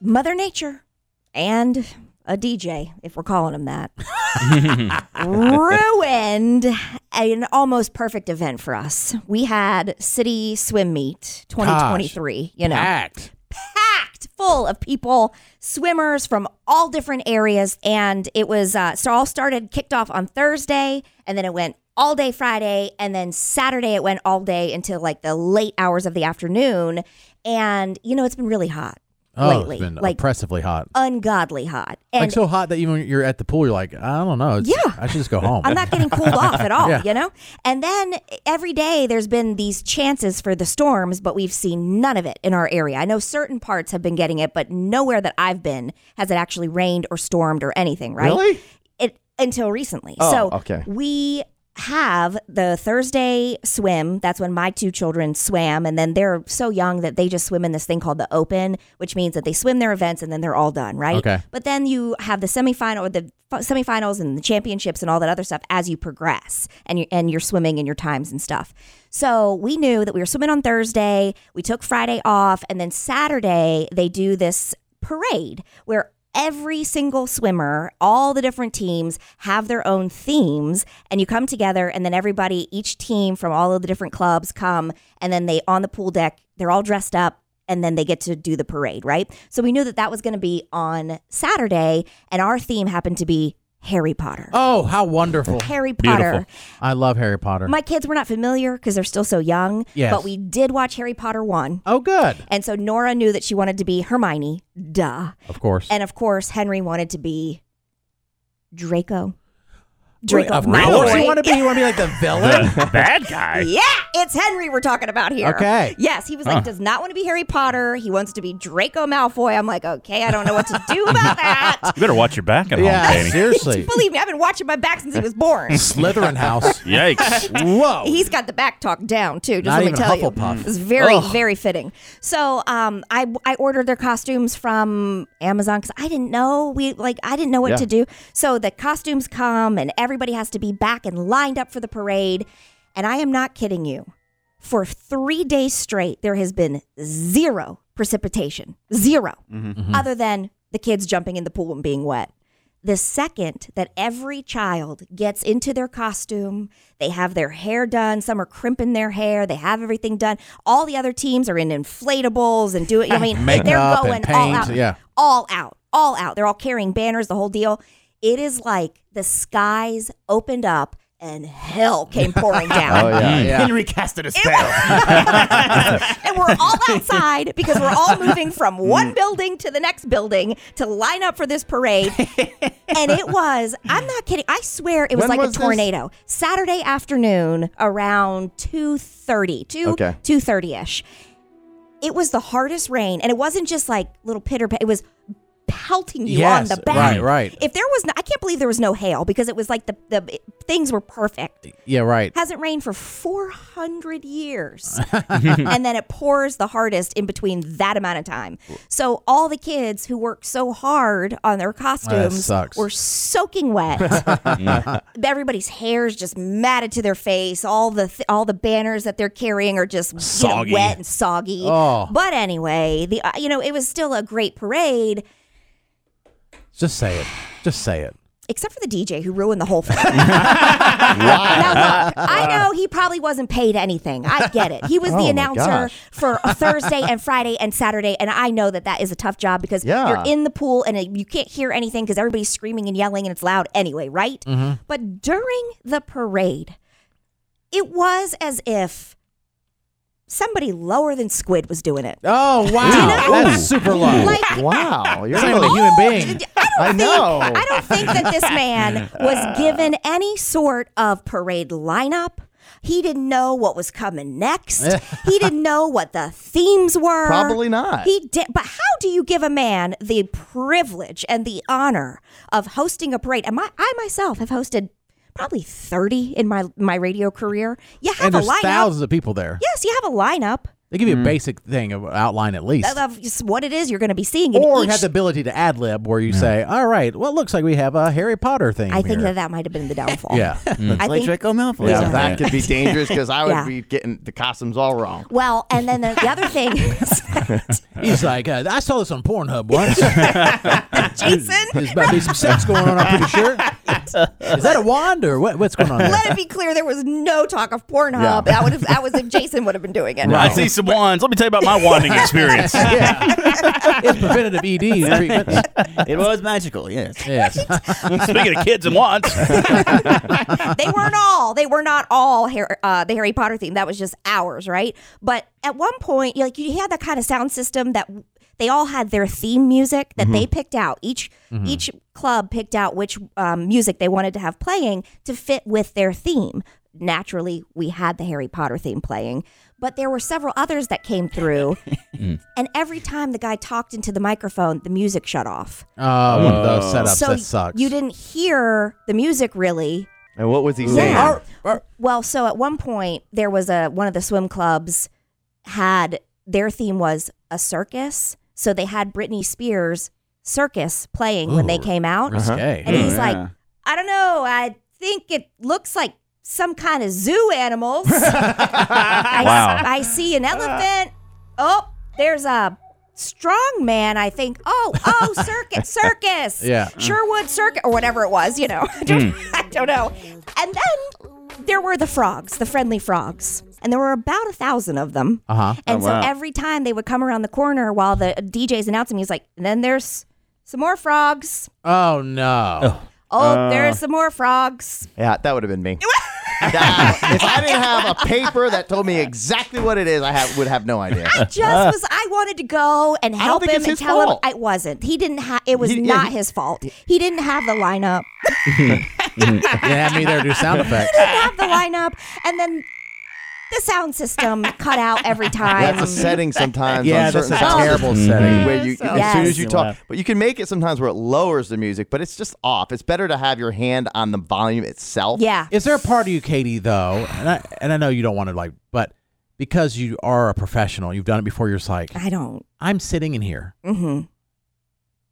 Mother Nature and a DJ, if we're calling him that, ruined an almost perfect event for us. We had City Swim Meet 2023, you know, Act. packed full of people, swimmers from all different areas. And it was, uh, so all started, kicked off on Thursday, and then it went all day Friday. And then Saturday, it went all day until like the late hours of the afternoon. And, you know, it's been really hot Oh, lately. it's been like, oppressively hot. ungodly hot. And like so hot that even when you're at the pool, you're like, I don't know. It's, Yeah. I should just go home. I'm not getting cooled off at all, Yeah. you know? And then every day there's been these chances for the storms, but we've seen none of it in our area. I know certain parts have been getting it, but nowhere that I've been has it actually rained or stormed or anything, right? Really? It until recently. Oh, so okay. we have the Thursday swim. That's when my two children swam, and then they're so young that they just swim in this thing called the open, which means that they swim their events and then they're all done, right? Okay. But then you have the semifinal or the f- semifinals and the championships and all that other stuff as you progress and you and you're swimming and your times and stuff. So we knew that we were swimming on Thursday. We took Friday off, and then Saturday they do this parade where every single swimmer, all the different teams have their own themes and you come together and then everybody each team from all of the different clubs come and then they on the pool deck, they're all dressed up and then they get to do the parade, right? So we knew that that was going to be on Saturday and our theme happened to be Harry Potter. Oh, how wonderful. Harry Potter. Beautiful. I love Harry Potter. My kids were not familiar because they're still so young, Yes. but we did watch Harry Potter 1. oh, good. And so Nora knew that she wanted to be Hermione, duh. Of course. And of course, Henry wanted to be Draco. Wait, Draco of Malfoy. course. You want to be, you want to be like the villain? The bad guy. Yeah, it's Henry we're talking about here. Okay. Yes, he was like, does not want to be Harry Potter. He wants to be Draco Malfoy. I'm like, okay, I don't know what to do about that. You better watch your back at yeah, home, Danny. seriously. Believe me, I've been watching my back since he was born. Slytherin house. Yikes. Whoa. He's got the back talk down too. Just let Not me even tell Hufflepuff. you, it's very very fitting. So um, I I ordered their costumes from Amazon because I didn't know we like I didn't know what Yeah. to do. So the costumes come and everybody has to be back and lined up for the parade. And I am not kidding you. For three days straight, there has been zero precipitation, 0 Mm-hmm. other than the kids jumping in the pool and being wet the second that every child gets into their costume, they have their hair done, some are crimping their hair, they have everything done. All the other teams are in inflatables and doing, I mean, they're Makeup going and all paint, out. yeah. All out, all out. They're all carrying banners, the whole deal. It is like the skies opened up and hell came pouring down. Hmm. Oh yeah, yeah. Henry casted a spell. and we're all outside because we're all moving Mm. from one building to the next building to line up for this parade. and it was, I'm not kidding. I swear it was When like was a this? tornado. Saturday afternoon around 2.30, 2, Okay. 2.30ish. It was the hardest rain. And it wasn't just like little pitter, pat- it was pelting you Yes, on the back. right, right. If there was, no, I can't believe there was no hail because it was like the, the things were perfect yeah, right. hasn't rained for 400 years. and then it pours the hardest in between that amount of time. So all the kids who worked so hard on their costumes Ah, sucks. were soaking wet. Everybody's hair's just matted to their face. All the th- all the banners that they're carrying are just you know, Soggy. wet and soggy. Oh. But anyway, the uh, you know, it was still a great parade Just say it. Just say it. except for the DJ who ruined the whole thing. Now, look, I know he probably wasn't paid anything. I get it. He was Oh, the my announcer gosh. for Thursday and Friday and Saturday, and I know that that is a tough job because Yeah. you're in the pool and it- you can't hear anything because everybody's screaming and yelling and it's loud anyway, right? Mm-hmm. But during the parade, it was as if somebody lower than Squid was doing it. Oh, wow. That's super low. Like, Wow, you're That's not not even a even human being. I know. I don't think that this man was given any sort of parade lineup. He didn't know what was coming next. he didn't know what the themes were. Probably not. He did, but how do you give a man the privilege and the honor of hosting a parade? And my, I myself have hosted probably thirty in my my radio career. You have And a there's lineup. thousands of people there. Yes, you have a lineup. They give you a basic thing, of outline at least. Of just what it is you're going to be seeing. in or each- have the ability to ad lib where you say, all right, well, it looks like we have a Harry Potter thing. I think here." that that might have been the downfall. Yeah. I Like think. Draco Malfoy. Yeah, Yeah. that could be dangerous because I would Yeah. be getting the costumes all wrong. Well, and then the, the other thing, is, He's like, uh, I saw this on Pornhub once. Jason, There's about to be some sex going on, I'm pretty sure. Is that a wand or what, what's going on there? let it be clear there was no talk of Pornhub. Yeah. That would have that was if Jason would have been doing it. Right. I see some wands. Let me tell you about my wanding experience. It's preventative ED treatment. It was magical, yes. Yes. Speaking of kids and wands, they weren't all they were not all Har uh, the harry potter theme that was just ours right but at one point you like you had that kind of sound system that w- they all had their theme music that Mm-hmm. they picked out each each club picked out which um, music they wanted to have playing to fit with their theme naturally we had the harry potter theme playing but there were several others that came through Mm. and every time the guy talked into the microphone the music shut off Oh, one of those setups so that sucks. you didn't hear the music really And what was he saying? yeah. well, so at one point there was a one of the swim clubs had their theme was a circus, so they had Britney Spears circus playing when they Ooh. came out, Okay. and he's like, Yeah. I don't know, I think it looks like some kind of zoo animals. I, Wow. I see an elephant. Oh, there's a strong man. I think. Oh, oh, circus, circus. Yeah. Sherwood Circus or whatever it was. You know, I don't, I don't know. And then there were the frogs, the friendly frogs, and there were about a thousand of them. Uh-huh. And Oh, so wow. every time they would come around the corner while the DJ's announcing, he's like, and then there's some more frogs. Oh, no. Oh, there's some more frogs. Yeah, that would have been me. That- if I didn't have a paper that told me exactly what it is, I have, would have no idea. just was I wanted to go and help think him it's and his tell fault. him I wasn't. He didn't have it was He- yeah, not he- his fault. He didn't have the lineup. You didn't have me there to do sound effects. He didn't have the lineup and then the sound system cut out every time. That's a setting sometimes Yeah, on that's certain a sounds terrible setting. where you, Yeah, as soon so- as you Yes. talk, but you can make it sometimes where it lowers the music, but it's just off. It's better to have your hand on the volume itself. yeah. Is there a part of you, Katie, though, and I, and I know you don't want to, like, but because you are a professional, you've done it before, you're just like, I don't. I'm sitting in here hmm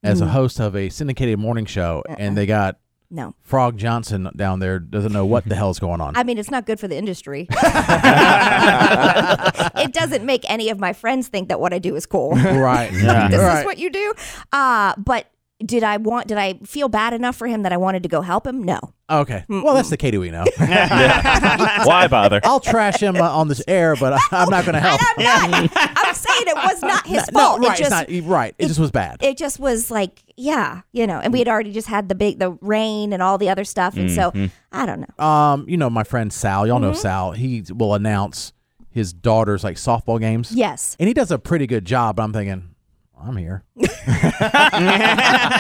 as Mm. a host of a syndicated morning show, Uh-uh. and they got No. Frog Johnson down there, doesn't know what the hell's going on. I mean, it's not good for the industry. it doesn't make any of my friends think that what I do is cool. right. this Right. is what you do. Uh, but did I want? Did I feel bad enough for him that I wanted to go help him? No. Okay. Well, that's the Katie we know. why bother? I'll trash him uh, on this air, but I, I'm not going to help. I'm not. I'm saying it was not his No, fault. right. it It's just not, e, right. It, just was bad. it just was like, yeah, you know, and we had already just had the big, the rain and all the other stuff. And Mm-hmm. so I don't know. um, you know, my friend Sal, y'all know Mm-hmm. Sal, he will announce his daughter's like softball games. Yes. And he does a pretty good job, but I'm thinking, I'm here. you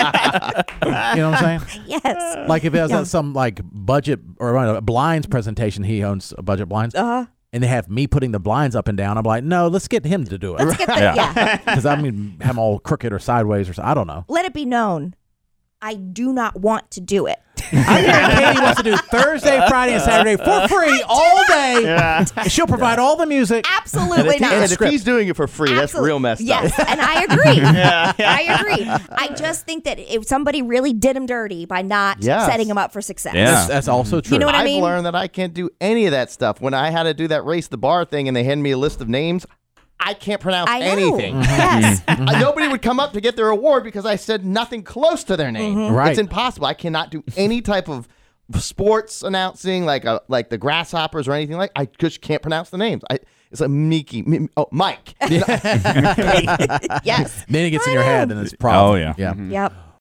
know what I'm saying? Yes. Like if it was Yeah. at some like budget or uh, blinds presentation, he owns a budget blinds, Uh, and they have me putting the blinds up and down. I'm like, no, let's get him to do let's it get the, yeah. Yeah. because I'm gonna have him all crooked or sideways or so- I don't know. Let it be known. I do not want to do it. I hear Katie wants to do Thursday, Friday, and Saturday for free all day. And She'll provide all the music. And Absolutely if, he- not. and if he's doing it for free, that's Absolute- real messed up. Yes, and I agree. I agree. I just think that if somebody really did him dirty by not Yes. setting him up for success. Yeah. That's, that's also true. You know what I I've mean? learned that I can't do any of that stuff. When I had to do that race the bar thing and they handed me a list of names, I can't pronounce I know. anything. Yes. Uh, Nobody would come up to get their award because I said nothing close to their name. Mm-hmm. Right. It's impossible. I cannot do any type of sports announcing like a, like the grasshoppers or anything like I just can't pronounce the names. I it's like Mickey, Mi- oh Mike. yes. then it gets in your head, and it's a problem. Oh, yeah. Mm-hmm. yeah. Yep.